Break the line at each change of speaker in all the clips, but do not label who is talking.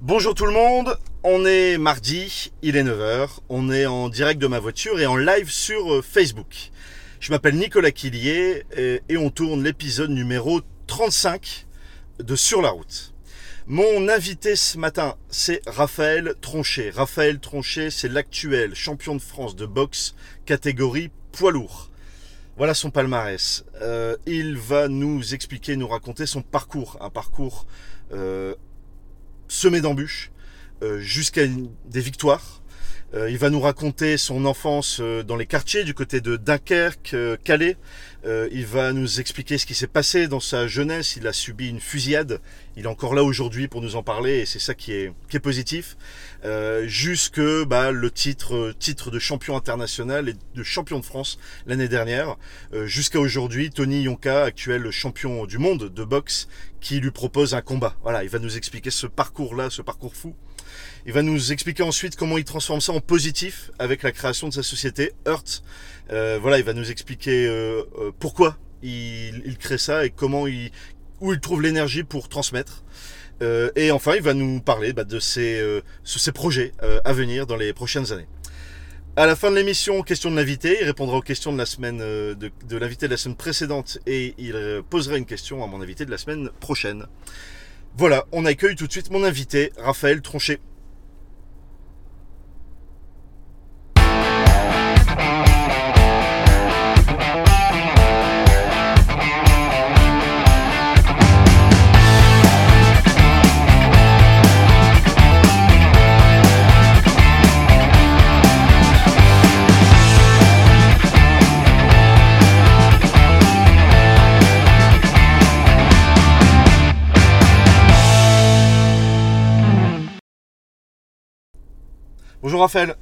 Bonjour tout le monde, on est mardi, il est 9h, on est en direct de ma voiture et en live sur euh, Facebook. Je m'appelle Nicolas Quillier et, et on tourne l'épisode numéro 35 de Sur la route. Mon invité ce matin, c'est Raphaël Tronchet. Raphaël Tronchet, c'est l'actuel champion de France de boxe catégorie poids lourd. Voilà son palmarès. Euh, il va nous expliquer, nous raconter son parcours, un parcours euh, semé d'embûches euh, jusqu'à une- des victoires. Euh, il va nous raconter son enfance euh, dans les quartiers du côté de Dunkerque, euh, Calais. Euh, il va nous expliquer ce qui s'est passé dans sa jeunesse. Il a subi une fusillade. Il est encore là aujourd'hui pour nous en parler et c'est ça qui est, qui est positif. Euh, jusque bah, le titre, euh, titre de champion international et de champion de France l'année dernière. Euh, Jusqu'à aujourd'hui, Tony Yonka, actuel champion du monde de boxe, qui lui propose un combat. Voilà, il va nous expliquer ce parcours-là, ce parcours fou. Il va nous expliquer ensuite comment il transforme ça en positif avec la création de sa société Hurt. Euh, voilà, il va nous expliquer euh, euh, pourquoi il, il crée ça et comment il, où il trouve l'énergie pour transmettre. Euh, et enfin, il va nous parler bah, de ses, euh, ce- ses projets euh, à venir dans les prochaines années. À la fin de l'émission, question de l'invité, il répondra aux questions de la semaine euh, de, de l'invité de la semaine précédente et il euh, posera une question à mon invité de la semaine prochaine. Voilà, on accueille tout de suite mon invité, Raphaël Tronchet. Bonjour Raphaël,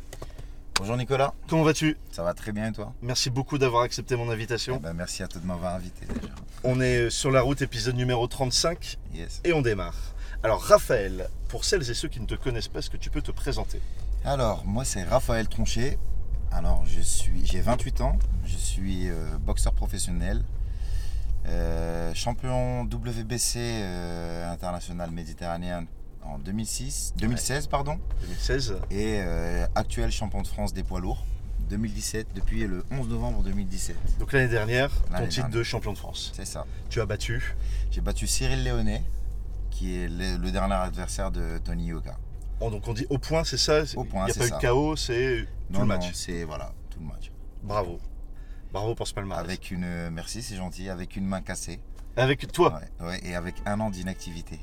Bonjour Nicolas,
comment vas-tu
ça va très bien et toi
Merci beaucoup d'avoir accepté mon
Eh
invitation.
ben, Merci à toi de m'avoir invité déjà.
On est euh, sur la route épisode numéro 35
Yes.
et on démarre. Alors Raphaël, pour celles et ceux qui ne te connaissent pas, est-ce que tu peux te présenter
Alors, moi c'est Raphaël Tronchet. Alors, je suis, j'ai 28 ans, je suis euh, boxeur professionnel, euh, champion WBC euh, international méditerranéen en 2006, 2016 pardon,
2016
et euh, actuel champion de France des poids lourds 2017 depuis le 11 novembre 2017.
Donc l'année dernière, ton
L'année
titre
dernière.
de champion de France.
C'est ça.
Tu as battu
J'ai battu Cyril Léonet, qui est le, le dernier adversaire de Tony Yoka.
Oh, donc on dit au point, c'est ça
Au
Il
point,
n'y
c'est
a pas eu
ça.
de chaos, c'est tout le match.
c'est voilà, tout le match.
Bravo. Bravo pour ce palmarès. Avec,
Avec une euh, merci, c'est gentil, avec une main cassée.
toi,
Ouais, ouais, et avec un an d'inactivité.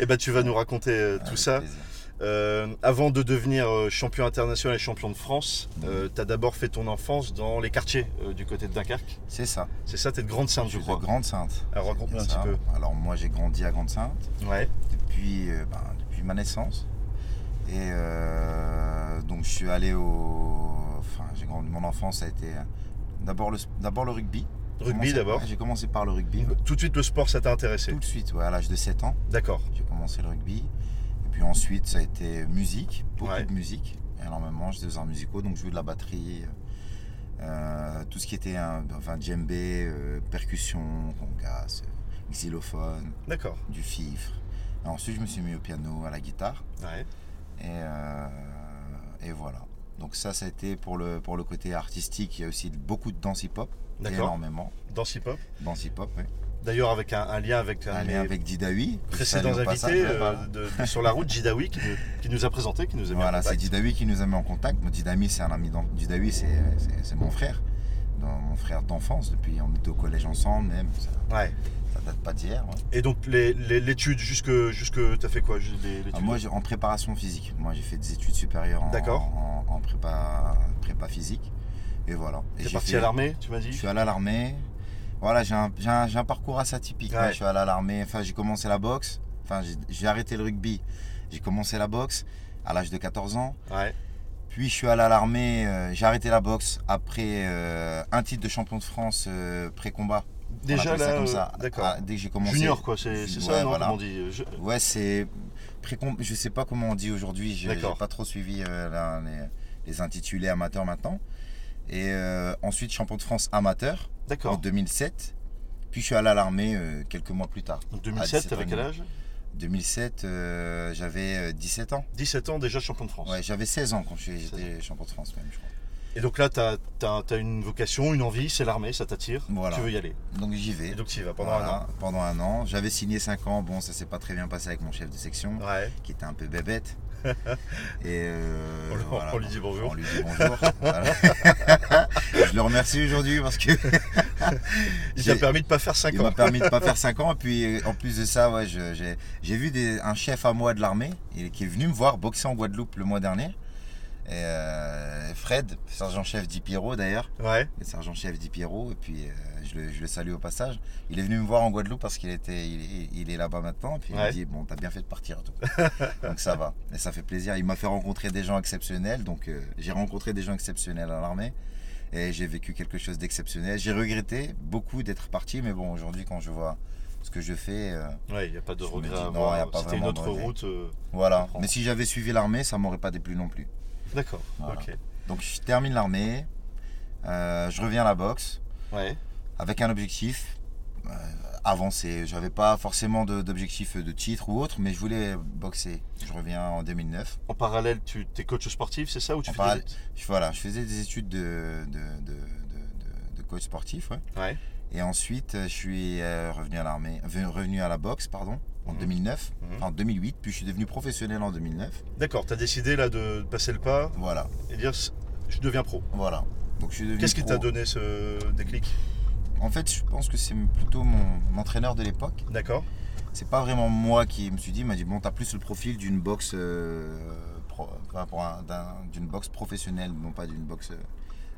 eh ben, tu vas nous raconter euh, tout
Avec
ça.
plaisir.
Euh, avant de devenir euh, champion international et champion de France,
Mhm.
tu as d'abord fait ton enfance dans les quartiers euh, du côté de Dunkerque.
C'est ça.
C'est ça, t'es de grande sainte, je
suis de
crois.
Grande Sainte.
Alors raconte-nous un
C'est
petit
ça.
peu.
Alors moi j'ai grandi à Grande Sainte
Ouais.
depuis euh, ben, depuis ma naissance. Et euh, donc je suis allé au enfin j'ai grandi mon enfance a été euh, d'abord le d'abord le rugby.
Rugby
Commencé-
d'abord.
ouais, J'ai commencé par le rugby
Tout de suite, le sport, ça t'a intéressé.
tout de suite ouais, à l'âge de 7 ans.
D'accord.
J'ai commencé le rugby. Et puis ensuite, ça a été musique, beaucoup
Ouais.
de musique. Et énormément, j'étais aux arts musicaux, donc je jouais de la batterie, euh, tout ce qui était hein, enfin, djembé, euh, percussion, congas, euh, xylophone,
D'accord.
du fifre. Et ensuite, je me suis mis au piano, à la guitare.
Ouais.
Et, euh, et voilà. Donc ça, ça a été pour le, pour le côté artistique. Il y a aussi beaucoup de danse hip-hop,
D'accord.
énormément.
Danse hip-hop.
Danse hip-hop, oui.
D'ailleurs, avec un, un lien avec un de
Allez
mes
avec Didaoui. que je
précédents
salue au passage.
invités euh,
Voilà.
de- de- sur la route, Jidawi, qui, nous- qui nous a présenté, qui nous a mis en
Voilà, c'est
contact.
Didawi qui nous a mis en contact. Moi, Didami, c'est un ami d'en- Didawi, c'est c'est- c'est mon frère. Dans- mon frère d'enfance, depuis on était au collège ensemble, même. Ça,
Ouais.
ça date pas d'hier. hein. ouais.
Et donc les- les- l'étude jusque jusque t'as fait quoi juste des- l'étude
Ah, moi, j'ai- en préparation physique. Moi, j'ai fait des études supérieures en,
D'accord.
en, en prépa, prépa physique. Et voilà. Et
T'es
j'ai
parti
fait-
à l'armée, tu m'as
Je
dit
suis allé à l'armée. Voilà, j'ai un, j'ai un- j'ai un parcours assez atypique.
Ouais.
hein. Je suis allé à l'armée. Enfin, j'ai commencé la boxe. Enfin, j'ai- j'ai arrêté le rugby. J'ai commencé la boxe à l'âge de 14 ans.
Ouais.
Puis je suis allé à l'armée, euh, j'ai arrêté la boxe après euh, un titre de champion de France euh, pré-combat. On
Déjà
appelle
là,
ça comme
euh,
ça.
d'accord.
Ah, dès que j'ai commencé.
Junior quoi, c'est c'est
Ouais,
ça non,
voilà.
comme on dit. euh, Je-
Ouais, c'est pré-combat. Je sais pas comment on dit aujourd'hui. Je n'ai
D'accord.
pas trop suivi euh, la- les, les intitulés amateurs maintenant. Et euh, ensuite champion de France amateur en
D'accord.
2007. Puis je suis allé à l'armée euh, quelques mois plus tard.
Donc,
à
2007,
17
t'avais
ans et
quel
demi.
âge
2007, euh, j'avais euh, 17 ans.
17 ans déjà champion de France.
Ouais, j'avais 16 ans quand je suis-
16 ans.
j'étais champion de France même, je crois.
Et donc là, t'as as, une vocation, une envie, c'est l'armée, ça t'attire.
Voilà.
Tu veux y aller.
Donc j'y vais.
Et donc tu y vas pendant
Voilà,
un an.
Pendant un an. J'avais signé 5 ans. Bon, ça s'est pas très bien passé avec mon chef de section,
Ouais.
qui était un peu bébête. Et euh,
On le- on lui dit bonjour.
On lui dit bonjour. voilà. je le remercie aujourd'hui parce que
Il
J'ai-
t'a permis de pas faire 5
il m'a
ans.
permis de pas faire 5 ans. Et puis euh, en plus de ça, ouais, je- j'ai j'ai vu des- un chef à moi de l'armée il- qui est venu me voir boxer en Guadeloupe le mois dernier. Et euh, Fred, sergent-chef d'Ipiro d'ailleurs,
Ouais.
le sergent-chef d'Ipiro, et puis euh, je, le, je le salue au passage. Il est venu me voir en Guadeloupe parce qu'il était, il, est- il est là-bas maintenant, et puis il
Ouais.
me dit bon, t'as bien fait de partir, et tout. donc ça va, et ça fait plaisir. Il m'a fait rencontrer des gens exceptionnels, donc euh, j'ai rencontré des gens exceptionnels à l'armée, et j'ai vécu quelque chose d'exceptionnel. J'ai regretté beaucoup d'être parti, mais bon, aujourd'hui quand je vois ce que je fais, euh,
Ouais, il n'y a pas de
Je me
regret
dis,
à
non,
avoir.
y a pas
C'était une
vraiment de
autre
regret.
route. euh,
voilà.
comprends.
Mais si j'avais suivi l'armée, ça m'aurait pas déplu non plus.
D'accord.
Voilà.
Ok.
Donc je termine l'armée, euh, je reviens à la boxe.
Ouais.
avec un objectif euh, avancé. J'avais pas forcément de- d'objectif de titre ou autre, mais je voulais boxer. Je reviens en 2009.
En parallèle, tu es coach sportif, c'est ça ou tu
En
fais
parallèle.
des-
Je, voilà, je faisais des études de, de- de- de- de- de coach sportif. ouais.
Ouais.
Et ensuite, euh, je suis euh, revenu à l'armée, euh, revenu à la boxe, pardon, en
Mhm.
2009,
Mhm.
enfin en 2008, puis je suis devenu professionnel en 2009.
D'accord, t'as décidé là de passer le pas
Voilà,
et dire je deviens pro.
voilà. Donc je suis devenu.
Qu'est-ce qui
pro.
t'a donné ce déclic
En fait, je pense que c'est plutôt mon- mon entraîneur de l'époque
D'accord
c'est pas vraiment moi qui me suis dit, il m'a dit bon, t'as plus le profil d'une boxe euh, pro- enfin, pour un- d'un- d'une boxe professionnelle, non pas d'une boxe euh,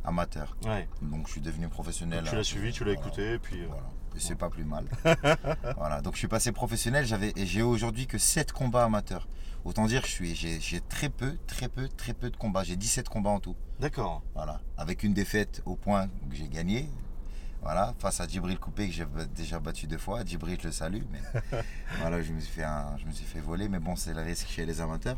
amateur.
Ouais.
Donc je suis devenu professionnel.
tu l'as suivi, tu l'as
Voilà.
écouté, et puis. euh,
Voilà. Et c'est pas plus mal. voilà. Donc je suis passé professionnel, j'avais et j'ai aujourd'hui que 7 combats amateurs. Autant dire que je suis j'ai j'ai très peu, très peu, très peu de combats. J'ai 17 combats en tout.
D'accord.
Voilà. Avec une défaite au point que j'ai gagné. Voilà, face à Djibril Coupé que j'ai b- déjà battu deux fois. Djibril, je le salue. Mais voilà, je me, suis fait un- je me suis fait voler. Mais bon, c'est le risque chez les amateurs.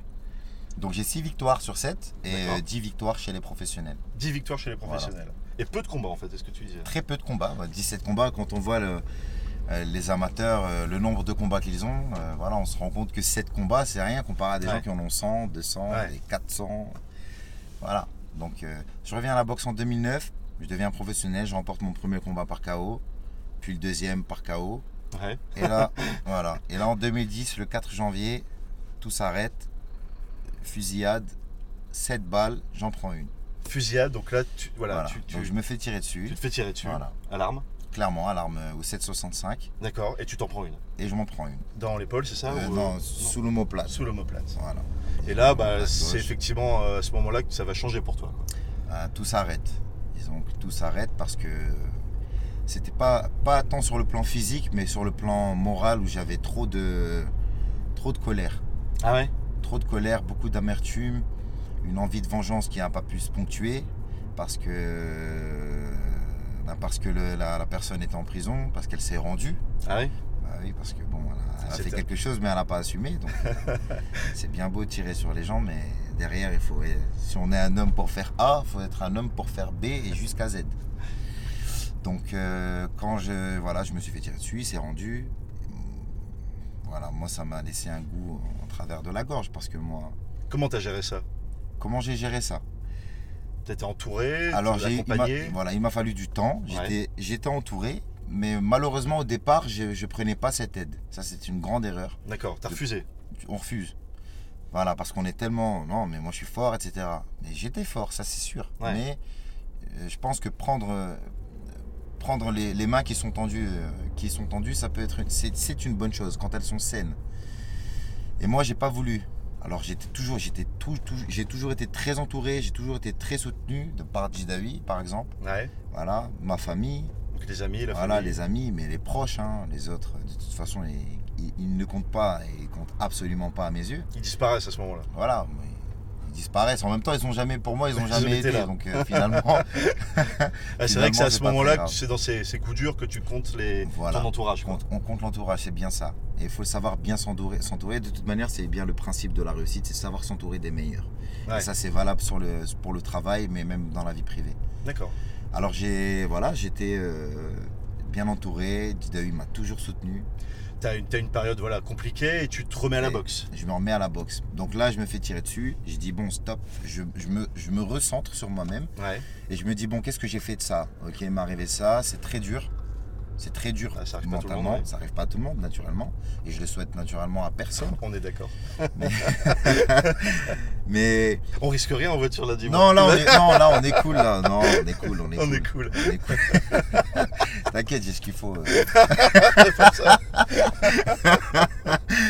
Donc j'ai 6 victoires sur 7 et
D'accord.
euh, 10 victoires chez les professionnels.
10 victoires chez les
Voilà.
professionnels. Et peu de combats en fait, est-ce que tu disais
Très peu de combats. bah, 17 combats, quand on voit le- euh, les amateurs, euh, le nombre de combats qu'ils ont, euh, voilà, on se rend compte que 7 combats, c'est rien comparé à des
Ouais.
gens qui en ont 100, 200,
Ouais.
des 400. Voilà. Donc euh, je reviens à la boxe en 2009, je deviens professionnel, je remporte mon premier combat par KO, puis le deuxième par KO.
Ouais.
Et là, voilà. Et là en 2010, le 4 janvier, tout s'arrête. Fusillade, 7 balles, j'en prends une.
Fusillade, donc là, tu, voilà,
Voilà.
tu, tu-
Donc je me fais tirer dessus.
tu te fais tirer dessus,
Voilà.
alarme,
Clairement, alarme euh, au 765
d'accord, et tu t'en prends une.
et je m'en prends une.
Dans l'épaule, c'est ça
Euh,
ou, euh,
non, sous l'omoplate.
Sous l'omoplate.
Voilà.
Et là,
L'omoplate
bah,
gauche.
c'est effectivement euh, à ce moment-là que ça va changer pour toi. quoi.
Euh, tout s'arrête. Disons que tout s'arrête parce que c'était pas, pas tant sur le plan physique, mais sur le plan moral où j'avais trop de, trop de colère.
Ah ouais
Trop de colère, beaucoup d'amertume, une envie de vengeance qui n'a pas pu se ponctuer parce que, bah, parce que le- la, la personne était en prison, parce qu'elle s'est rendue.
Ah ouais
Bah oui, parce que bon, elle a, elle a
C'est
fait
top.
quelque chose, mais elle n'a pas assumé. Donc, euh, c'est bien beau de tirer sur les gens, mais derrière, il faut. Si on est un homme pour faire A, il faut être un homme pour faire B et jusqu'à Z. Donc, euh, quand je, voilà, je me suis fait tirer dessus, il s'est rendu. Voilà, moi, ça m'a laissé un goût en travers de la gorge, parce que moi,
Comment t'as géré ça
comment j'ai géré ça
T'étais entouré,
Alors
t'étais
j'ai il m'a-
accompagné
voilà, il m'a fallu du temps. J'étais j'étais entouré, mais malheureusement au départ, je, je prenais pas cette aide. Ça c'est une grande erreur.
D'accord, t'as
de-
refusé.
On refuse. Voilà, parce qu'on est tellement non, mais moi je suis fort, etc. Mais j'étais fort, ça c'est sûr.
Ouais.
Mais euh, je pense que prendre euh, prendre les, les mains qui sont tendues, euh, qui sont tendues, ça peut être une- c'est c'est une bonne chose quand elles sont saines. Et moi j'ai pas voulu. Alors j'étais toujours j'étais tout, tout- j'ai toujours été très entouré, j'ai toujours été très soutenu de par Jidawi par exemple
Ouais.
voilà, ma famille,
Donc les amis, la
voilà,
famille.
les amis, mais les proches, hein, les autres, de toute façon, ils, ils- ils ne comptent pas et ils comptent absolument pas à mes yeux.
Ils disparaissent à ce moment-là.
Voilà, mais ils disparaissent. En même temps, ils ont jamais, pour moi, ils ont
Ils ont
jamais
été
été.
là.
Donc euh, finalement,
Ah, c'est vrai que c'est
Finalement,
à
c'est
ce
pas très
moment-là,
grave.
que c'est dans ces, ces coups durs que tu comptes les,
Voilà.
ton entourage.
je
quoi.
compte- on compte l'entourage, c'est bien ça. Et il faut savoir bien s'entourer. s'entourer. De toute manière, c'est bien le principe de la réussite, c'est savoir s'entourer des meilleurs.
Ouais.
Et ça, c'est valable sur le, pour le travail, mais même dans la vie privée.
D'accord.
Alors j'ai, voilà, j'étais euh, bien entouré. Didahu m'a toujours soutenu.
t'as une, t'as une période voilà, compliquée et tu te remets à la
Et-
boxe.
Je me remets à la boxe. Donc là, je me fais tirer dessus. Je dis bon, stop. Je, je me, je me recentre sur moi-même.
Ouais.
Et je me dis bon, qu'est-ce que j'ai fait de ça Ok, il m'est arrivé ça. C'est très dur. C'est très dur
Ah, ça arrive pas à tout le
mentalement.
monde, ouais.
Ça arrive pas à tout le monde, naturellement. Et je le souhaite naturellement à personne.
On est d'accord.
Mais
On risque rien en voiture là dimanche.
non, là, on est, non, là, on est cool. Là. Non, on est cool. On est
on
cool.
est cool.
On est cool. T'inquiète, j'ai ce qu'il faut. euh.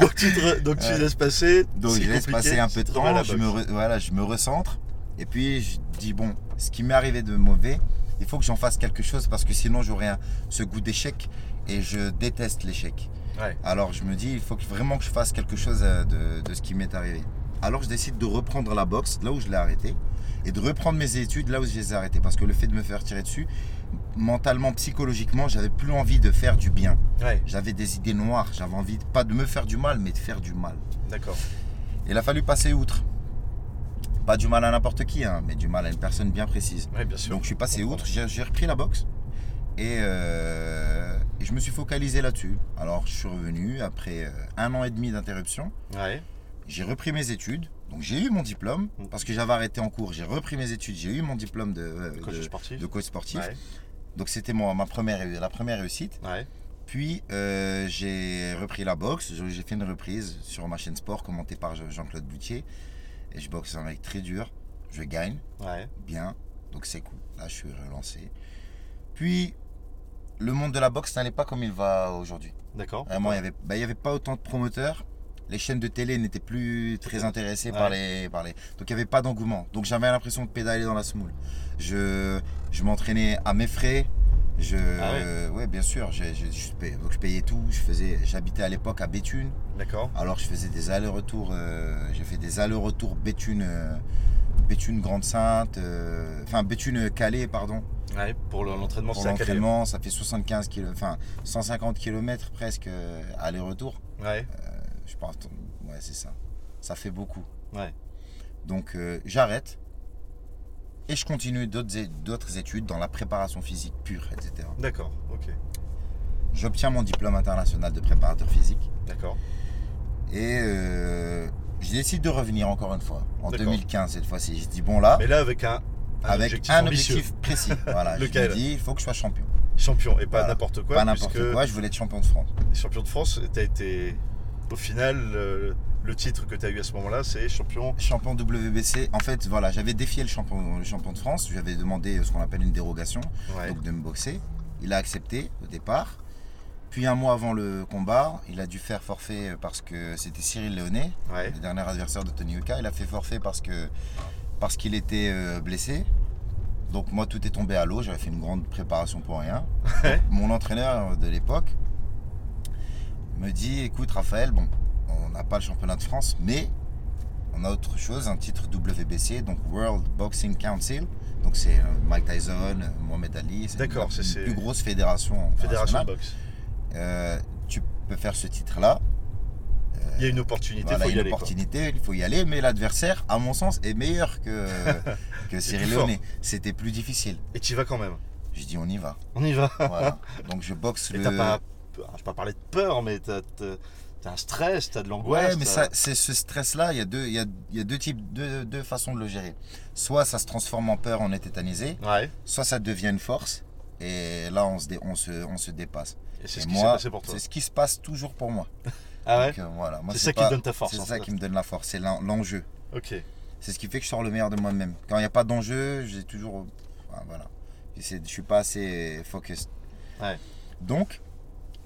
Donc tu, te re- donc tu
Ouais.
laisses passer.
Donc
c'est
je laisse
compliqué,
passer un peu
tu
de
te remets à la
temps, je me,
boxe.
re- voilà, je me recentre, et puis je dis bon, ce qui m'est arrivé de mauvais, il faut que j'en fasse quelque chose parce que sinon j'aurai un- ce goût d'échec et je déteste l'échec.
Ouais.
Alors je me dis, il faut que- vraiment que je fasse quelque chose euh, de, de ce qui m'est arrivé. Alors je décide de reprendre la boxe là où je l'ai arrêtée et de reprendre mes études là où je les ai arrêtées parce que le fait de me faire tirer dessus, mentalement, psychologiquement, j'avais plus envie de faire du bien.
Ouais,
J'avais des idées noires, j'avais envie de- pas de me faire du mal mais de faire du mal.
d'accord.
Il a fallu passer outre. Pas du mal à n'importe qui, hein, mais du mal à une personne bien précise.
Ouais, bien sûr.
Donc je suis passé
Comprends.
outre, j'ai j'ai repris la boxe et, euh, et je me suis focalisé là-dessus. Alors je suis revenu après euh, un an et demi d'interruption,
Ouais,
j'ai repris mes études, donc j'ai eu mon diplôme parce que j'avais arrêté en cours, j'ai repris mes études, j'ai eu mon diplôme de, euh,
coach
de-
sportif.
de coach sportif.
Ouais,
Donc c'était mon- ma première, la première réussite.
ouais,
Puis euh, j'ai repris la boxe, Je- j'ai fait une reprise sur ma chaîne sport commentée par Je- Jean-Claude Boutier. Et je boxe un mec très dur, je gagne
ouais.
bien, donc c'est cool. Là je suis relancé. Puis le monde de la boxe n'allait pas comme il va aujourd'hui.
D'accord.
Vraiment, il n'y avait, bah, il y avait pas autant de promoteurs. Les chaînes de télé n'étaient plus très intéressées par, les, par les. Donc il n'y avait pas d'engouement. Donc j'avais l'impression de pédaler dans la semoule. Je, je m'entraînais à mes frais. Je,
Ah ouais
euh, ouais, bien sûr. j'ai- j'ai- je payais- donc je payais tout. Je faisais, j'habitais à l'époque à Béthune.
D'accord.
Alors je faisais des allers-retours. euh, j'ai fait des allers-retours Béthune, euh, Béthune Grande Sainte. euh, enfin Béthune Calais, pardon.
Ouais, pour le- l'entraînement,
Pour
c'est à Calais.
l'entraînement, ça fait 75 km, enfin 150 km presque euh, aller-retour.
Ouais,
Je pense, ouais, c'est ça. Ça fait beaucoup.
Ouais.
Donc euh, j'arrête et je continue d'autres é- d'autres études dans la préparation physique pure, etc.
d'accord. Ok.
J'obtiens mon diplôme international de préparateur physique
D'accord.
et euh, je décide de revenir encore une fois en
D'accord.
2015 cette fois-ci. Je dis bon là,
Mais là, avec un, un
avec
objectif
un
ambitieux.
objectif précis. Voilà, je me
Lequel
dis il faut que je sois champion.
Champion, et pas
Voilà.
n'importe quoi,
Pas n'importe
puisque
quoi, je voulais être champion de France.
champion de France, t'as été. Au final, euh, le titre que t'as eu à ce moment-là, c'est champion.
Champion WBC, en fait voilà, j'avais défié le champion, le champion de France, j'avais demandé ce qu'on appelle une dérogation.
Ouais.
donc de me boxer. Il a accepté au départ. Puis un mois avant le combat, il a dû faire forfait parce que c'était Cyril Léonet,
ouais.
le dernier adversaire de Tony Oka. Il a fait forfait parce que parce qu'il était euh, blessé. Donc moi tout est tombé à l'eau. J'avais fait une grande préparation pour rien.
Ouais.
Mon entraîneur de l'époque me dit écoute Raphaël, bon, on n'a pas le championnat de France, mais on a autre chose, un titre WBC, donc World Boxing Council. Donc c'est euh, Mike Tyson, euh, Mohamed Ali, c'est
D'accord,
la
c'est- c'est-
plus grosse fédération.
Fédération de
internationale.
boxe.
Euh, tu peux faire ce titre-là.
Il y a une opportunité,
Voilà,
faut y
une
aller. quoi.
opportunité, il faut y aller, mais l'adversaire, à mon sens, est meilleur que, que Cyril
plus fort.
Léoné. C'était plus difficile.
Et tu vas quand même.
Je dis, on y va.
On y va.
Voilà. Donc je boxe
Et
le.
t'as pas. peur- Je vais pas parler de peur, mais t'as t'as- t'as un stress, t'as de l'angoisse.
Ouais, mais
t'as-
ça, c'est ce stress-là, il y a deux, il y a, il y a deux types, deux, deux façons de le gérer. Soit ça se transforme en peur, on est tétanisé,
Ouais.
soit ça devient une force, et là on se, dé- on se, on se dépasse.
Et c'est
Et
ce qui s'est
moi,
passé pour toi.
C'est ce qui se passe toujours pour moi.
Ah ouais
Donc, euh, voilà. Moi,
C'est ça qui
pas-
te donne ta force.
C'est
en
ça
fait.
qui me donne la force, c'est l'en- l'enjeu.
Ok.
C'est ce qui fait que je sors le meilleur de moi-même. Quand il n'y a pas d'enjeu, j'ai toujours. enfin, voilà. J'essaie- Je ne suis pas assez focus.
Ouais.
Donc,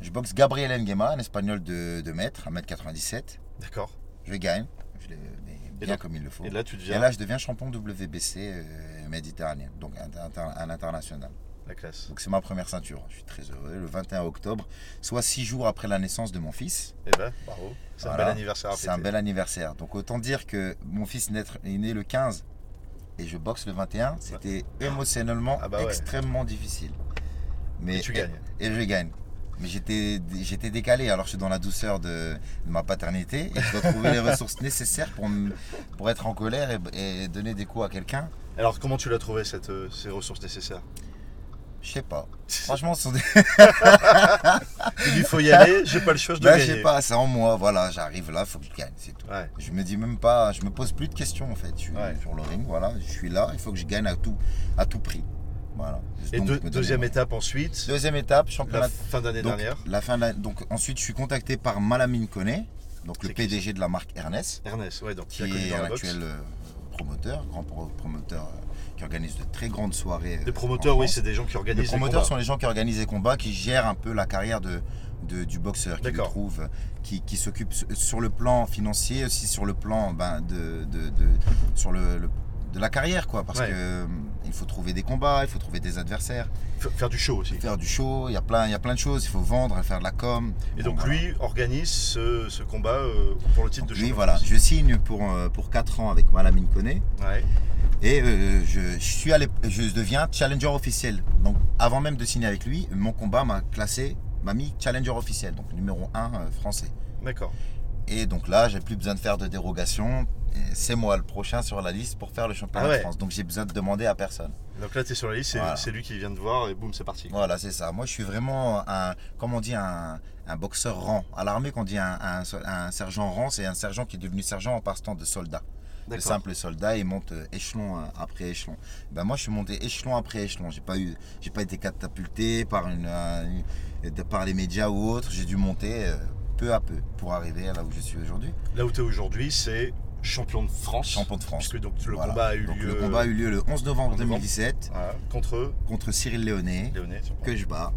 je boxe Gabriel Nguema, un espagnol de, de mètre, 1m97.
D'accord.
Je gagne, je le mets
Et
bien
donc-
comme il le faut.
Et là, tu
Et
deviens
là, je deviens champion WBC euh, méditerranéen, donc un, un- un international.
la classe.
Donc, c'est ma première ceinture. Je suis très heureux. Le 21 octobre, soit six jours après la naissance de mon fils.
Et ben, bravo. C'est un
Voilà.
bel anniversaire à
C'est un
fêter.
bel anniversaire. Donc autant dire que mon fils naître- est né le 15 et je boxe le 21, c'était émotionnellement
Ah bah ouais.
extrêmement difficile. Mais
Et tu gagnes.
Et je gagne. Mais j'étais j'étais décalé, alors je suis dans la douceur de, de ma paternité et je dois trouver les ressources nécessaires pour, me- pour être en colère et, et donner des coups à quelqu'un.
Alors, comment tu l'as trouvé cette, euh, ces ressources nécessaires
Je sais pas. Franchement, ce sont des.
Il lui faut y aller, j'ai pas le choix, je dois
Bah, je sais
gagner.
pas, c'est en moi, voilà, j'arrive là, faut que je gagne, c'est tout.
Ouais.
Je me dis même pas, je me pose plus de questions en fait. Je suis
Ouais.
sur le ring, voilà, je suis là, il faut que je gagne à tout, à tout prix. Voilà.
Et
Donc,
deux-
je me donne
deuxième
les moyens.
étape ensuite,
Deuxième étape,
la
championnat.
fin d'année
donc,
dernière.
la fin de la- donc ensuite, je suis contacté par Malamine Koné, donc le
C'est qui
PDG de la marque Ernest,
Ernest, ouais, donc tu
qui
l'as connu
est
dans
un
la boxe.
actuel euh, promoteur, grand pro- promoteur euh, qui organise de très grandes soirées. euh,
Des
en
promoteurs, oui,
France.
c'est des gens qui
Les
organisent des
promoteurs
combats.
sont les gens qui organisent les combats, qui gèrent un peu la carrière de, de- du boxeur, qui le
D'accord.
trouve, qui, qui s'occupe s- sur le plan financier, aussi sur le plan ben, de, de- de- sur le, le- de la carrière, quoi. Parce
Ouais.
que euh, il faut trouver des combats, il faut trouver des adversaires,
F- Faire du show aussi.
faire du show, il y a plein, il y a plein de choses, il faut vendre, faire de la com.
Et
Bon,
donc
voilà.
lui organise ce, ce combat euh, pour le titre
Donc
de
lui,
champion.
voilà, je signe pour, euh, pour 4 ans avec Malamine Koné
Ouais.
et euh, je, je suis allé, je deviens challenger officiel. Donc avant même de signer avec lui, mon combat m'a classé, m'a mis challenger officiel, donc numéro 1 français.
D'accord.
Et donc là, j'ai plus besoin de faire de dérogation. Et C'est moi le prochain sur la liste pour faire le championnat
Ah ouais.
de France. Donc j'ai besoin de demander à personne.
Donc là, tu es sur la liste, c'est
Voilà.
c'est lui qui vient te voir et boum, c'est parti.
Voilà, c'est ça. Moi, je suis vraiment un, comme on dit, un, un boxeur rang. À l'armée, quand on dit un, un so- un sergent rang, c'est un sergent qui est devenu sergent en partant de soldat. De
D'accord.
simple soldat, il monte euh, échelon euh, après échelon. Ben moi, je suis monté échelon après échelon. J'ai pas eu, j'ai pas été catapulté par une, euh, une- de- par les médias ou autres. J'ai dû monter euh, peu à peu pour arriver là où je suis aujourd'hui,
Là où tu es aujourd'hui, c'est champion de France.
champion de France.
Puisque donc le
Voilà.
combat a eu
Donc,
lieu
Le combat a eu lieu le 11 novembre
en novembre.
2017
voilà, contre
contre Cyril Léoné,
Léoné.
que je bats.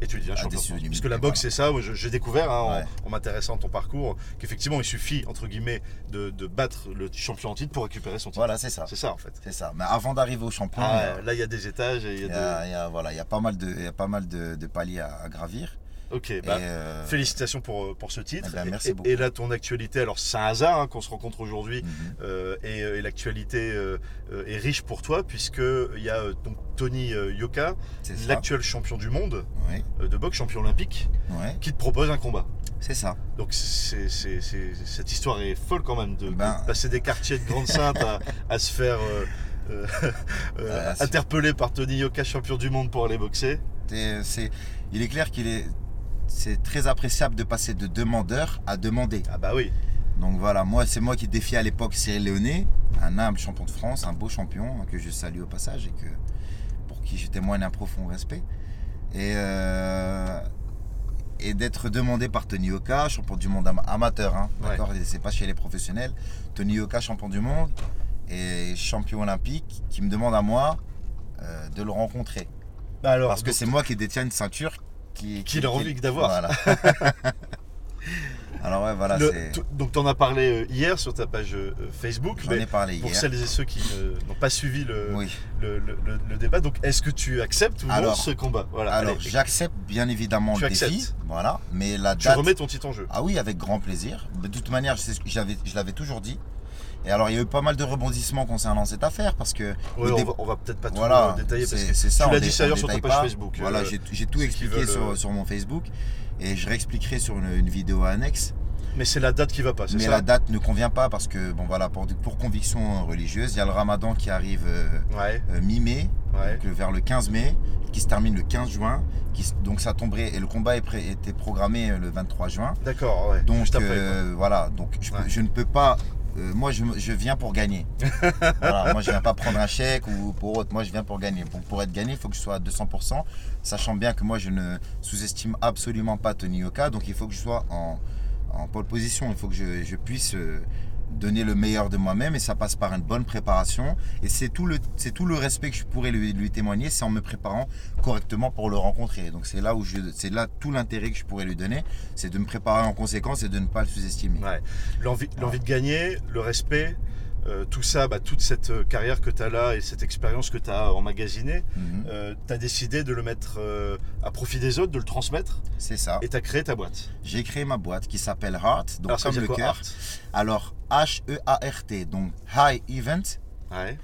Et tu deviens
à
champion de
décision
France.
unanime.
Puisque la boxe, c'est ça, moi, je- j'ai découvert hein, en-
Ah, Ouais.
en, m'intéressant à ton parcours qu'effectivement, il suffit, entre guillemets, de, de battre le champion en titre pour récupérer son titre.
Voilà, c'est ça.
C'est ça, en fait.
C'est ça. Mais avant d'arriver au champion,
Ah,
euh,
là, il y a des étages et il y
il y
a
a, il y a- voilà, il y a pas mal de, il y a pas mal de, de paliers à, à gravir.
des. Ok, bah,
Et, euh,
Félicitations pour, euh, pour ce titre.
Eh ben, merci
et,
beaucoup.
et là, ton actualité, alors c'est un hasard hein, qu'on se rencontre aujourd'hui,
mhm.
euh, et, euh, et l'actualité euh, euh, est riche pour toi, puisqu'il y a euh, donc Tony euh, Yoka,
C'est ça.
l'actuel champion du monde
Oui,
euh, de boxe, champion olympique,
oui,
qui te propose un combat.
c'est ça.
Donc c'est- c'est- c'est- cette histoire est folle quand même, de, de
Ben.
passer des quartiers de Grande-Sainte à, à se faire euh, euh, euh,
Ah, c'est-
interpeller par Tony Yoka, champion du monde, pour aller boxer.
Et c'est- il est clair qu'il est, c'est très appréciable de passer de demandeur à demander.
Ah bah oui,
Donc voilà, moi c'est moi qui défiais à l'époque Cyril Léoné, un humble champion de France, un beau champion hein, que je salue au passage et que pour qui je témoigne un profond respect. Et, euh, et d'être demandé par Tony Oka, champion du monde ama- amateur, hein,
Ouais.
d'accord Et C'est pas chez les professionnels. Tony Oka, champion du monde et champion olympique, qui me demande à moi euh, de le rencontrer.
Bah, alors,
Parce que c'est moi qui détiens une ceinture qui,
Qu'il a envie d'avoir.
Voilà. Alors ouais, voilà,
Le-
c'est.
t- donc tu en as parlé euh, hier sur ta page euh, Facebook,
J'en
mais
ai parlé hier.
pour euh, celles et ceux qui ne- n'ont pas suivi le,
Oui.
le, le- le- le débat, donc est-ce que tu acceptes ou non
Alors-
ce combat voilà,
Alors,
allez, et-
j'accepte bien évidemment
Tu
le
acceptes.
défi. Voilà. Mais la
tu
date.
remets ton titre en jeu.
Ah oui, avec grand plaisir. De toute manière, c'est ce que j'avais- je l'avais toujours dit. Et alors, il y a eu pas mal de rebondissements concernant cette affaire parce que.
Ouais,
au
on,
dé-
va, on va peut-être pas tout
Voilà,
euh, détailler parce que
c'est c'est ça.
tu
on
l'as
dé-
dit ça
on
d'ailleurs sur ta
détaille
page
pas.
Facebook.
Voilà,
euh,
j'ai j'ai tout
ceux qui
expliqué
veulent,
sur,
euh,
sur mon Facebook et je réexpliquerai sur une, une vidéo annexe.
mais c'est la date qui va pas, c'est
Mais
ça
la date ne convient pas parce que, bon voilà, pour, pour conviction religieuse, il y a le ramadan qui arrive euh,
Ouais,
euh, mi-mai.
ouais.
donc euh, vers le 15 mai, qui se termine le 15 juin. Qui, se- donc ça tomberait et le combat est pré- était programmé euh, le 23 juin.
D'accord, ouais.
Donc
Juste après,
euh, voilà, donc je, peux-
Ouais.
je ne peux pas. euh, moi, je, me- je viens pour gagner. voilà, moi, je viens pas prendre un chèque ou pour autre. Moi, je viens pour gagner. Pour, pour être gagné, il faut que je sois à 200%, sachant bien que moi, je ne sous-estime absolument pas Tony Oka. Donc, il faut que je sois en, en pole position. Il faut que je, je puisse euh, donner le meilleur de moi-même et ça passe par une bonne préparation. Et c'est tout le, c'est tout le respect que je pourrais lui, lui témoigner, c'est en me préparant correctement pour le rencontrer. Donc, c'est là où je, c'est là tout l'intérêt que je pourrais lui donner c'est de me préparer en conséquence et de ne pas le sous-estimer.
Ouais. quoi. L'envie l'envie de gagner, le respect. euh, tout ça, bah, toute cette euh, carrière que tu as là et cette expérience que tu as emmagasinée,
Mhm.
tu as décidé de le mettre euh, à profit des autres, de le transmettre
C'est ça.
et tu as créé ta boîte.
J'ai créé ma boîte qui s'appelle Heart, donc
Alors, ça
comme
veut
le
dire quoi,
cœur. Alors E H-E-A-R-T, donc High Event
art Ouais.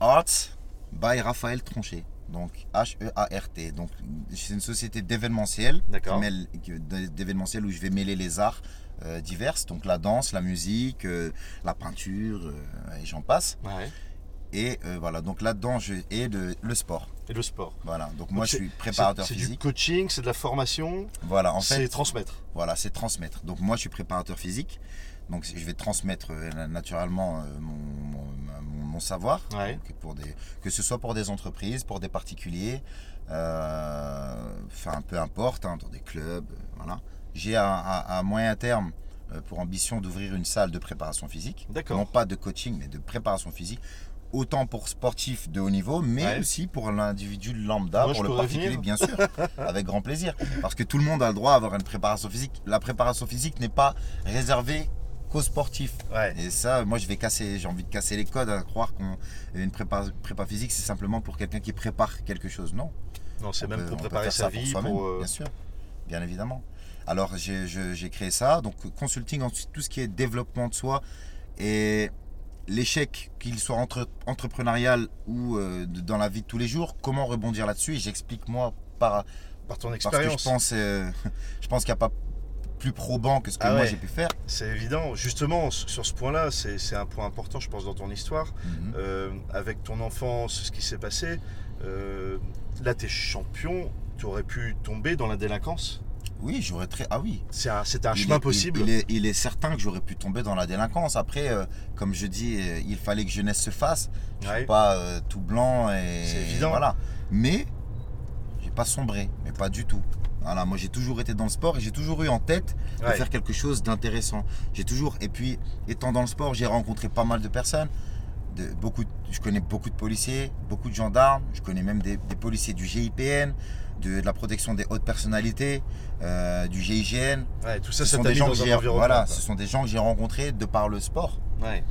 Arts by Raphaël Tronchet. Donc E H-E-A-R-T. Donc c'est une société d'événementiel, qui
D'accord.
mêle- qui- d'événementiel où je vais mêler les arts euh, diverses, donc la danse, la musique, euh, la peinture, euh, et j'en passe.
Ouais.
Et euh, voilà, donc là-dedans, je... et le, le sport.
Et le sport.
Voilà, donc moi
Donc,
je suis
C'est-
préparateur
c'est du
physique.
coaching, c'est de la formation,
Voilà, en
c'est
fait,
transmettre.
voilà, c'est transmettre. Donc moi je suis préparateur physique. Donc je vais transmettre euh, naturellement euh, mon, mon- mon- mon savoir.
Ouais.
Donc, pour des, que ce soit pour des entreprises, pour des particuliers, euh, enfin peu importe, hein, dans des clubs, euh, voilà. J'ai à, à- à moyen terme euh, pour ambition d'ouvrir une salle de préparation physique.
D'accord.
Non pas de coaching, mais de préparation physique. Autant pour sportifs de haut niveau, mais
Ouais.
aussi pour l'individu lambda,
Moi, je
pour le
pourrais
particulier,
venir.
bien sûr, avec grand plaisir. Parce que tout le monde a le droit d'avoir une préparation physique. La préparation physique n'est pas réservée qu'aux sportifs.
Ouais.
Et ça, moi, je vais casser, j'ai envie de casser les codes à croire qu'une prépa, prépa physique, c'est simplement pour quelqu'un qui prépare quelque chose. Non.
Non, c'est
On
même
peut-
pour
on peut
préparer
faire
sa
ça pour
vie,
soi-même,
pour. euh,
Bien sûr, bien évidemment. Alors, j'ai je- j'ai créé ça. Donc, consulting, ensuite, tout ce qui est développement de soi et l'échec, qu'il soit entre- entrepreneurial ou euh, de- dans la vie de tous les jours, comment rebondir là-dessus Et j'explique, moi, par,
Par ton
parce que je
expérience.
pense, euh, je pense qu'il n'y a pas plus probant que ce que
Ah
moi
ouais.
j'ai pu faire.
C'est évident. Justement, s- sur ce point-là, c'est c'est un point important, je pense, dans ton histoire.
Mhm.
Euh, avec ton enfance, ce qui s'est passé, euh, là, t'es champion, t'aurais pu tomber dans la délinquance.
Oui, j'aurais très. Ah oui,
C'est un, c'est un
Il
chemin
est- il-
possible.
Il, est, il est certain que j'aurais pu tomber dans la délinquance. Après, euh, comme je dis, euh, il fallait que jeunesse se fasse. Je
Ouais.
suis pas euh, tout blanc et
C'est évident.
voilà. Mais j'ai pas sombré, mais pas du tout. Voilà, moi j'ai toujours été dans le sport et j'ai toujours eu en tête de
Ouais.
faire quelque chose d'intéressant. J'ai toujours et puis étant dans le sport, j'ai rencontré pas mal de personnes. De, beaucoup, de- je connais beaucoup de policiers, beaucoup de gendarmes. Je connais même des, des policiers du GIPN, de, de la protection des hautes personnalités, euh, du GIGN
Ouais, tout ça,
ce
ça
sont
t'a
des
mis
gens
dans
que j'ai
un environnement.
voilà,
quoi.
ce sont des gens que j'ai rencontrés de par le sport
Ouais.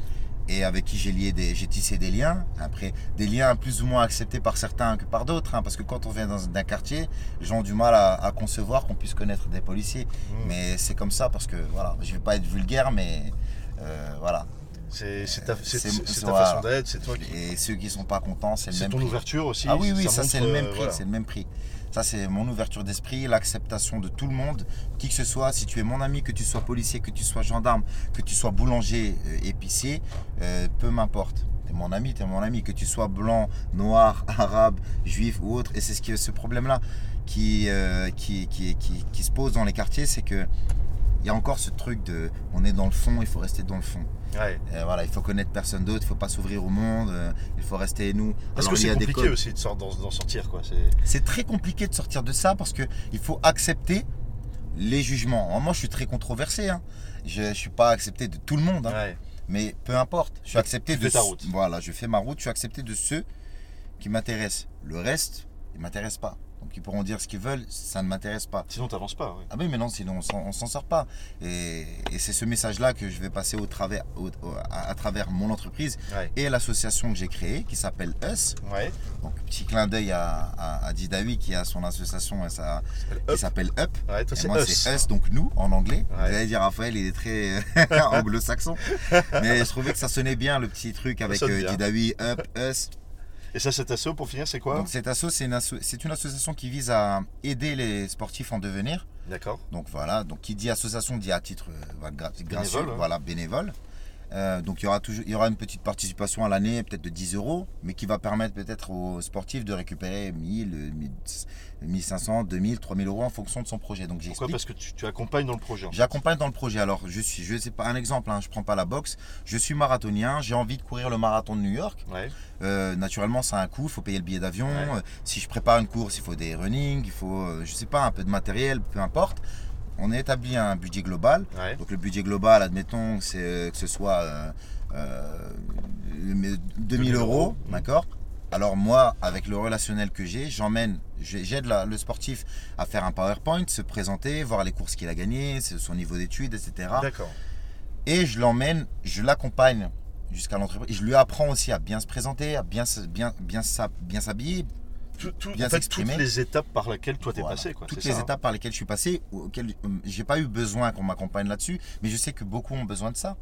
et avec qui j'ai lié des j'ai tissé des liens après des liens plus ou moins acceptés par certains que par d'autres hein, parce que quand on vient dans d'un quartier les gens ont du mal à, à concevoir qu'on puisse connaître des policiers
Mhm.
mais c'est comme ça parce que voilà je vais pas être vulgaire mais euh, voilà
C'est c'est ta, c'est-
c'est-
c'est
c'est-
ta
voilà.
façon d'être, c'est toi qui.
et ceux qui sont pas contents c'est le
C'est
même
ton
prix.
ouverture aussi.
ah oui oui ça
montre,
c'est le même
euh,
prix
voilà.
c'est le même prix ça c'est mon ouverture d'esprit l'acceptation de tout le monde qui que ce soit si tu es mon ami que tu sois policier que tu sois gendarme que tu sois boulanger euh, épicier euh, peu m'importe T'es mon ami, t'es mon ami, que tu sois blanc, noir, arabe, juif ou autre. Et c'est ce, qui- ce problème-là qui, euh, qui, qui, qui- qui se pose dans les quartiers, c'est que il y a encore ce truc de on est dans le fond, il faut rester dans le fond.
Ouais.
Euh, voilà, il faut connaître personne d'autre, il faut pas s'ouvrir au monde, euh, il faut rester nous.
Parce
Alors,
que
il y
c'est
a des codes.
compliqué aussi de sort- d'en d'en sortir. quoi. c'est-
C'est très compliqué de sortir de ça parce que il faut accepter les jugements. Alors, Moi, je suis très controversé. hein. Je ne suis pas accepté de tout le monde, hein.
Ouais.
mais peu importe. Je suis
Tu-
accepté
tu
de
fais ta
ce-
route.
Voilà, je fais ma route. Je suis accepté de ceux qui m'intéressent. Le reste, ils m'intéressent pas. Donc ils pourront dire ce qu'ils veulent, ça ne m'intéresse pas.
Sinon, t'avances pas. ouais.
Ah oui, mais non, sinon on s'en- on s'en sort pas. Et, et c'est ce message-là que je vais passer au travers, au- au- à, à travers mon entreprise
Ouais.
et l'association que j'ai créée qui s'appelle US.
Ouais.
Donc petit clin d'œil à, à, à Didawi qui a son association et sa- qui
Up.
s'appelle Up.
Ouais, toi,
Et
c'est
moi
us.
c'est Us, donc nous en anglais. Vous
Ouais.
allez dire Raphaël, il est très euh, anglo-saxon. Mais je trouvais que ça sonnait bien le petit truc avec
sonne
euh,
bien.
Didawi, Up, Us.
Et ça, cet assaut, pour finir, c'est quoi
Donc cette asso, c'est une, asso- c'est une association qui vise à aider les sportifs en devenir.
D'accord.
Donc voilà, donc qui dit association dit à titre euh, voilà, gra- gracieux,
hein.
voilà, bénévole. Euh, donc il y aura toujours, il y aura une petite participation à l'année, peut-être de 10 euros, mais qui va permettre peut-être aux sportifs de récupérer 1000, euh, 1000, 1500, 2000, 3000 euros en fonction de son projet. Donc
Pourquoi
j'explique.
Parce que tu, tu accompagnes dans le projet. en fait.
J'accompagne dans le projet. Alors je suis, je sais pas un exemple, hein, je prends pas la boxe. Je suis marathonien, j'ai envie de courir le marathon de New York.
Ouais.
Euh, naturellement, ça a un coût, il faut payer le billet d'avion.
Ouais.
Euh, si je prépare une course, il faut des running, il faut, euh, je sais pas, un peu de matériel, peu importe. On a établi un budget global.
Ouais.
Donc le budget global, admettons, c'est euh, que ce soit euh, euh, mais 2000 euros,
euros.
d'accord alors moi, avec le relationnel que j'ai, j'emmène, j'ai- j'aide la- le sportif à faire un PowerPoint, se présenter, voir les courses qu'il a gagnées, c'est son niveau d'études, etc.
D'accord.
Et je l'emmène, je l'accompagne jusqu'à l'entreprise. Je lui apprends aussi à bien se présenter, à bien, se- bien, bien, s'ha- bien s'habiller,
Tout, tout-
Bien
en fait, toutes
s'exprimer.
les étapes par lesquelles toi t'es
voilà.
passé. Quoi.
Toutes
c'est
les
ça, hein.
étapes par lesquelles je suis passé, ou auxquelles euh, j'ai pas eu besoin qu'on m'accompagne là-dessus, mais je sais que beaucoup ont besoin de ça.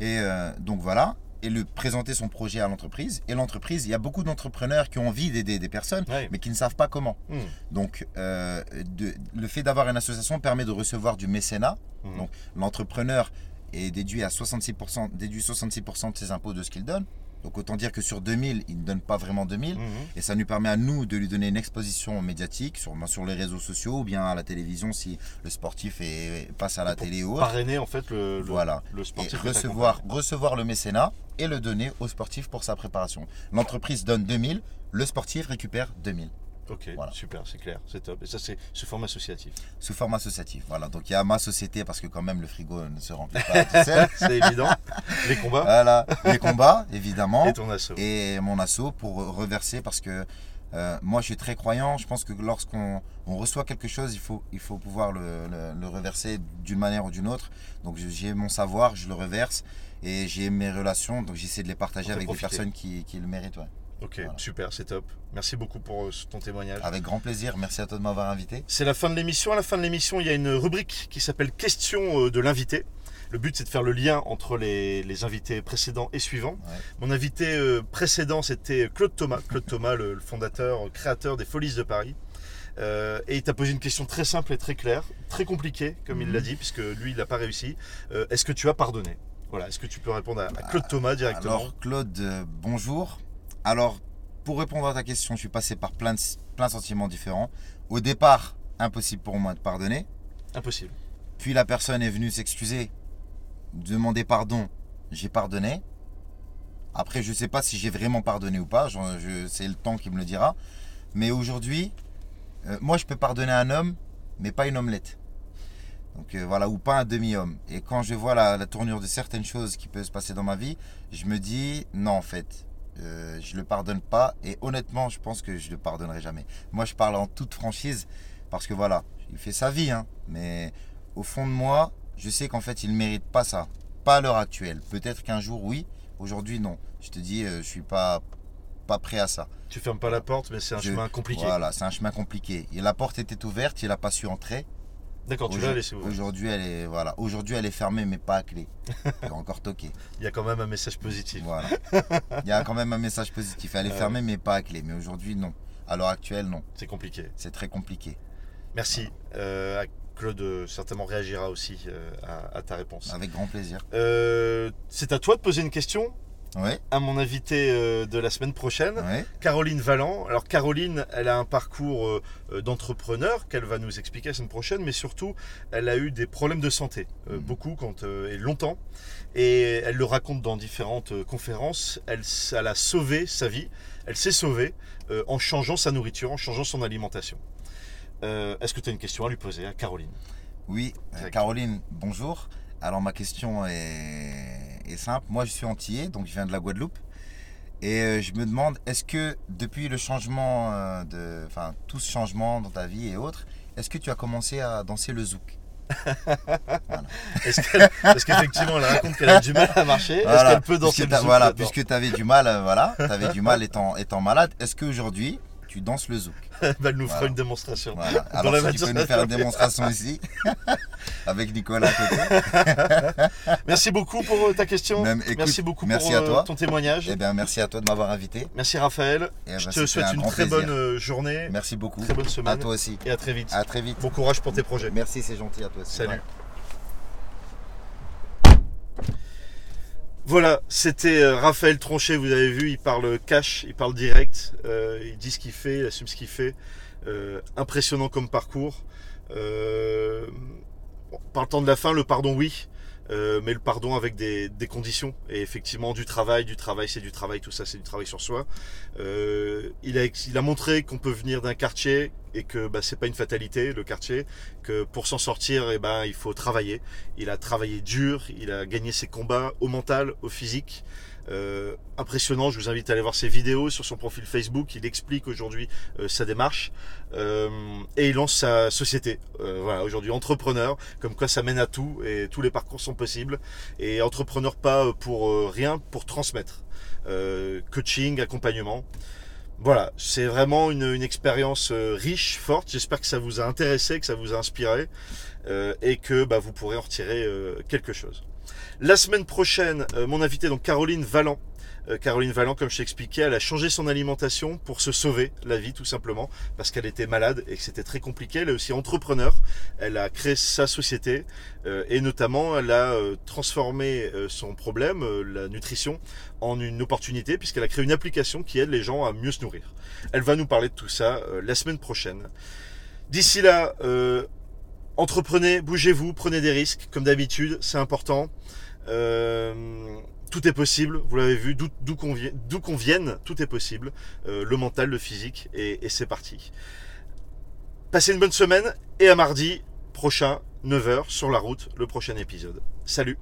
Et euh, donc voilà, et le présenter son projet à l'entreprise. Et l'entreprise, il y a beaucoup d'entrepreneurs qui ont envie d'aider des personnes,
hein. Ouais.
mais qui ne savent pas comment.
Hmm.
Donc euh, de- le fait d'avoir une association permet de recevoir du mécénat.
Mhm.
Donc l'entrepreneur est déduit à 66%, déduit 66% de ses impôts de ce qu'il donne. Donc autant dire que sur 2000, il ne donne pas vraiment 2000.
Mhm.
Et ça nous permet à nous de lui donner une exposition médiatique, sûrement sur les réseaux sociaux ou bien à la télévision si le sportif est- passe à la télé ou autre.
Parrainer en fait le, le,
Voilà.
le
Et
sportif. que
recevoir, recevoir le mécénat et le donner au sportif pour sa préparation. L'entreprise donne 2000, le sportif récupère 2000
t'accompagnes. Ok,
Voilà.
super, c'est clair, c'est top. Et ça, c'est ce forme associatif.
sous forme associative. Voilà, donc il y a ma société parce que quand même le frigo ne se remplit pas tout seul.
C'est évident. Les combats
Voilà, les combats évidemment.
et ton assaut.
et mon assaut pour reverser parce que euh, moi je suis très croyant. Je pense que lorsqu'on on reçoit quelque chose, il faut, il faut pouvoir le, le- le reverser d'une manière ou d'une autre. Donc je- j'ai mon savoir, je le reverse et j'ai mes relations, donc j'essaie de les
Pour
partager
faire
avec des
profiter.
personnes qui, qui le méritent. ouais.
Ok,
Voilà.
super, c'est top. Merci beaucoup pour euh, ton témoignage.
Avec grand plaisir, merci à toi de m'avoir invité.
C'est la fin de l'émission. À la fin de l'émission, il y a une rubrique qui s'appelle Questions euh, de l'invité. Le but, c'est de faire le lien entre les, les invités précédents et suivants.
Ouais.
Mon invité euh, précédent, c'était Claude Thomas. Claude Thomas, le, le fondateur, euh, créateur des Folies de Paris. Euh, et il t'a posé une question très simple et très claire, très compliquée, comme il
Mhm.
l'a dit, puisque lui, il n'a pas réussi. Euh, Est-ce que tu as pardonné Voilà, est-ce que tu peux répondre à, à Claude Thomas directement
Bah, Alors Claude, euh, bonjour. Alors pour répondre à ta question, je suis passé par plein de, plein de sentiments différents. Au départ, impossible pour moi de pardonner.
Impossible.
Puis la personne est venue s'excuser, demander pardon. J'ai pardonné. Après, je ne sais pas si j'ai vraiment pardonné ou pas. j'en- je- C'est le temps qui me le dira. Mais aujourd'hui, euh, moi, je peux pardonner à un homme, mais pas une omelette. Donc euh, voilà, ou pas un demi-homme. Et quand je vois la, la tournure de certaines choses qui peuvent se passer dans ma vie, je me dis, non, en fait, euh, je ne le pardonne pas. Et honnêtement, je pense que je ne le pardonnerai jamais. Moi, je parle en toute franchise, parce que voilà, il fait sa vie, hein, mais au fond de moi, je sais qu'en fait, il ne mérite pas ça. Pas à l'heure actuelle. Peut-être qu'un jour, oui. Aujourd'hui, non. Je te dis, euh, je suis pas, pas prêt à ça.
Tu fermes pas la porte, mais c'est un
Je-
chemin compliqué.
Voilà, c'est un chemin compliqué. Et la porte était ouverte, il n'a pas su entrer.
D'accord, tu l'as
Aujourd'hui-
laissé ouvrir.
Aujourd'hui, elle est voilà. Aujourd'hui, elle est fermée, mais pas à clé. Elle est encore toquée.
Il y a quand même un message positif.
Voilà. Il y a quand même un message positif. Elle est
Euh.
fermée, mais pas à clé. Mais aujourd'hui, non. À l'heure actuelle, non.
C'est compliqué.
C'est très compliqué.
Merci. Euh, à Claude euh, certainement réagira aussi euh, à, à ta réponse.
Avec grand plaisir.
Euh, c'est à toi de poser une question
Oui.
à mon invité euh, de la semaine prochaine,
Oui.
Caroline Valland. Alors Caroline, elle a un parcours euh, euh, d'entrepreneur qu'elle va nous expliquer la semaine prochaine, mais surtout, elle a eu des problèmes de santé, euh,
Mhm.
beaucoup quand, euh, et longtemps. Et elle le raconte dans différentes euh, conférences. Elle, s- elle a sauvé sa vie, elle s'est sauvée euh, en changeant sa nourriture, en changeant son alimentation. Euh, Est-ce que tu as une question à lui poser à Caroline
Oui, euh,
Tac.
Caroline, bonjour. Alors ma question est, est simple. Moi je suis antillais, donc je viens de la Guadeloupe. Et euh, je me demande, est-ce que depuis le changement, euh, de, enfin tout ce changement dans ta vie et autres, est-ce que tu as commencé à danser le zouk
Est-ce qu'elle- Parce qu'effectivement, elle raconte qu'elle a du mal à marcher. Est-ce
Voilà,
qu'elle peut danser
puisque
le
t'as-
zouk
Voilà,
là-dedans
puisque tu avais du mal, euh, voilà, tu avais du mal étant, étant malade, est-ce qu'aujourd'hui tu danses le zouk
Bah, Elle nous fera
Voilà.
une démonstration.
Voilà.
Dans
Alors
la
si tu peux
voiture,
nous faire une démonstration ici, avec Nicolas à côté.
Merci beaucoup pour euh, ta question.
Même, écoute,
merci beaucoup
merci
pour
à
euh,
toi.
ton témoignage.
Eh bien merci à toi de m'avoir invité.
Merci Raphaël.
Et,
Je te
ben, c'était
souhaite
un
une
grand
très
plaisir.
bonne euh, journée,
Merci beaucoup.
très bonne
À
semaine
toi aussi.
et à très vite.
À très vite.
Bon courage pour tes projets.
Merci, c'est gentil à toi aussi.
Salut. Voilà, c'était euh, Raphaël Tronchet, vous avez vu, il parle cash, il parle direct, euh, il dit ce qu'il fait, il assume ce qu'il fait. Euh, impressionnant comme parcours. Euh, bon, partant de la fin, le pardon, oui, euh, mais le pardon avec des, des conditions. Et effectivement, du travail, du travail, c'est du travail, tout ça, c'est du travail sur soi. Euh, il, a, ex- il a montré qu'on peut venir d'un quartier et que bah, c'est pas une fatalité, le quartier, que pour s'en sortir, eh ben, il faut travailler. Il a travaillé dur, il a gagné ses combats au mental, au physique. Euh, impressionnant, je vous invite à aller voir ses vidéos sur son profil Facebook. Il explique aujourd'hui euh, sa démarche Euh, et il lance sa société. Euh, voilà, aujourd'hui entrepreneur, comme quoi ça mène à tout et tous les parcours sont possibles. Et entrepreneur pas euh, pour euh, rien, pour transmettre. Euh, coaching, accompagnement. Voilà, c'est vraiment une, une expérience euh, riche, forte. J'espère que ça vous a intéressé, que ça vous a inspiré euh, et que bah, vous pourrez en retirer euh, quelque chose. La semaine prochaine, euh, mon invité, donc Caroline Valland, Euh, Caroline Vallant, comme je t'expliquais, elle a changé son alimentation pour se sauver la vie, tout simplement, parce qu'elle était malade et que c'était très compliqué. Elle est aussi entrepreneur. Elle a créé sa société euh, et notamment, elle a euh, transformé euh, son problème, euh, la nutrition, en une opportunité puisqu'elle a créé une application qui aide les gens à mieux se nourrir. Elle va nous parler de tout ça euh, la semaine prochaine. D'ici là, euh, entreprenez, bougez-vous, prenez des risques, comme d'habitude, c'est important. Euh, tout est possible, vous l'avez vu, d'où d'où qu'on vi- d'où qu'on vienne, tout est possible. Euh, le mental, le physique, et, et c'est parti. Passez une bonne semaine et à mardi prochain, 9h, sur la route, le prochain épisode. Salut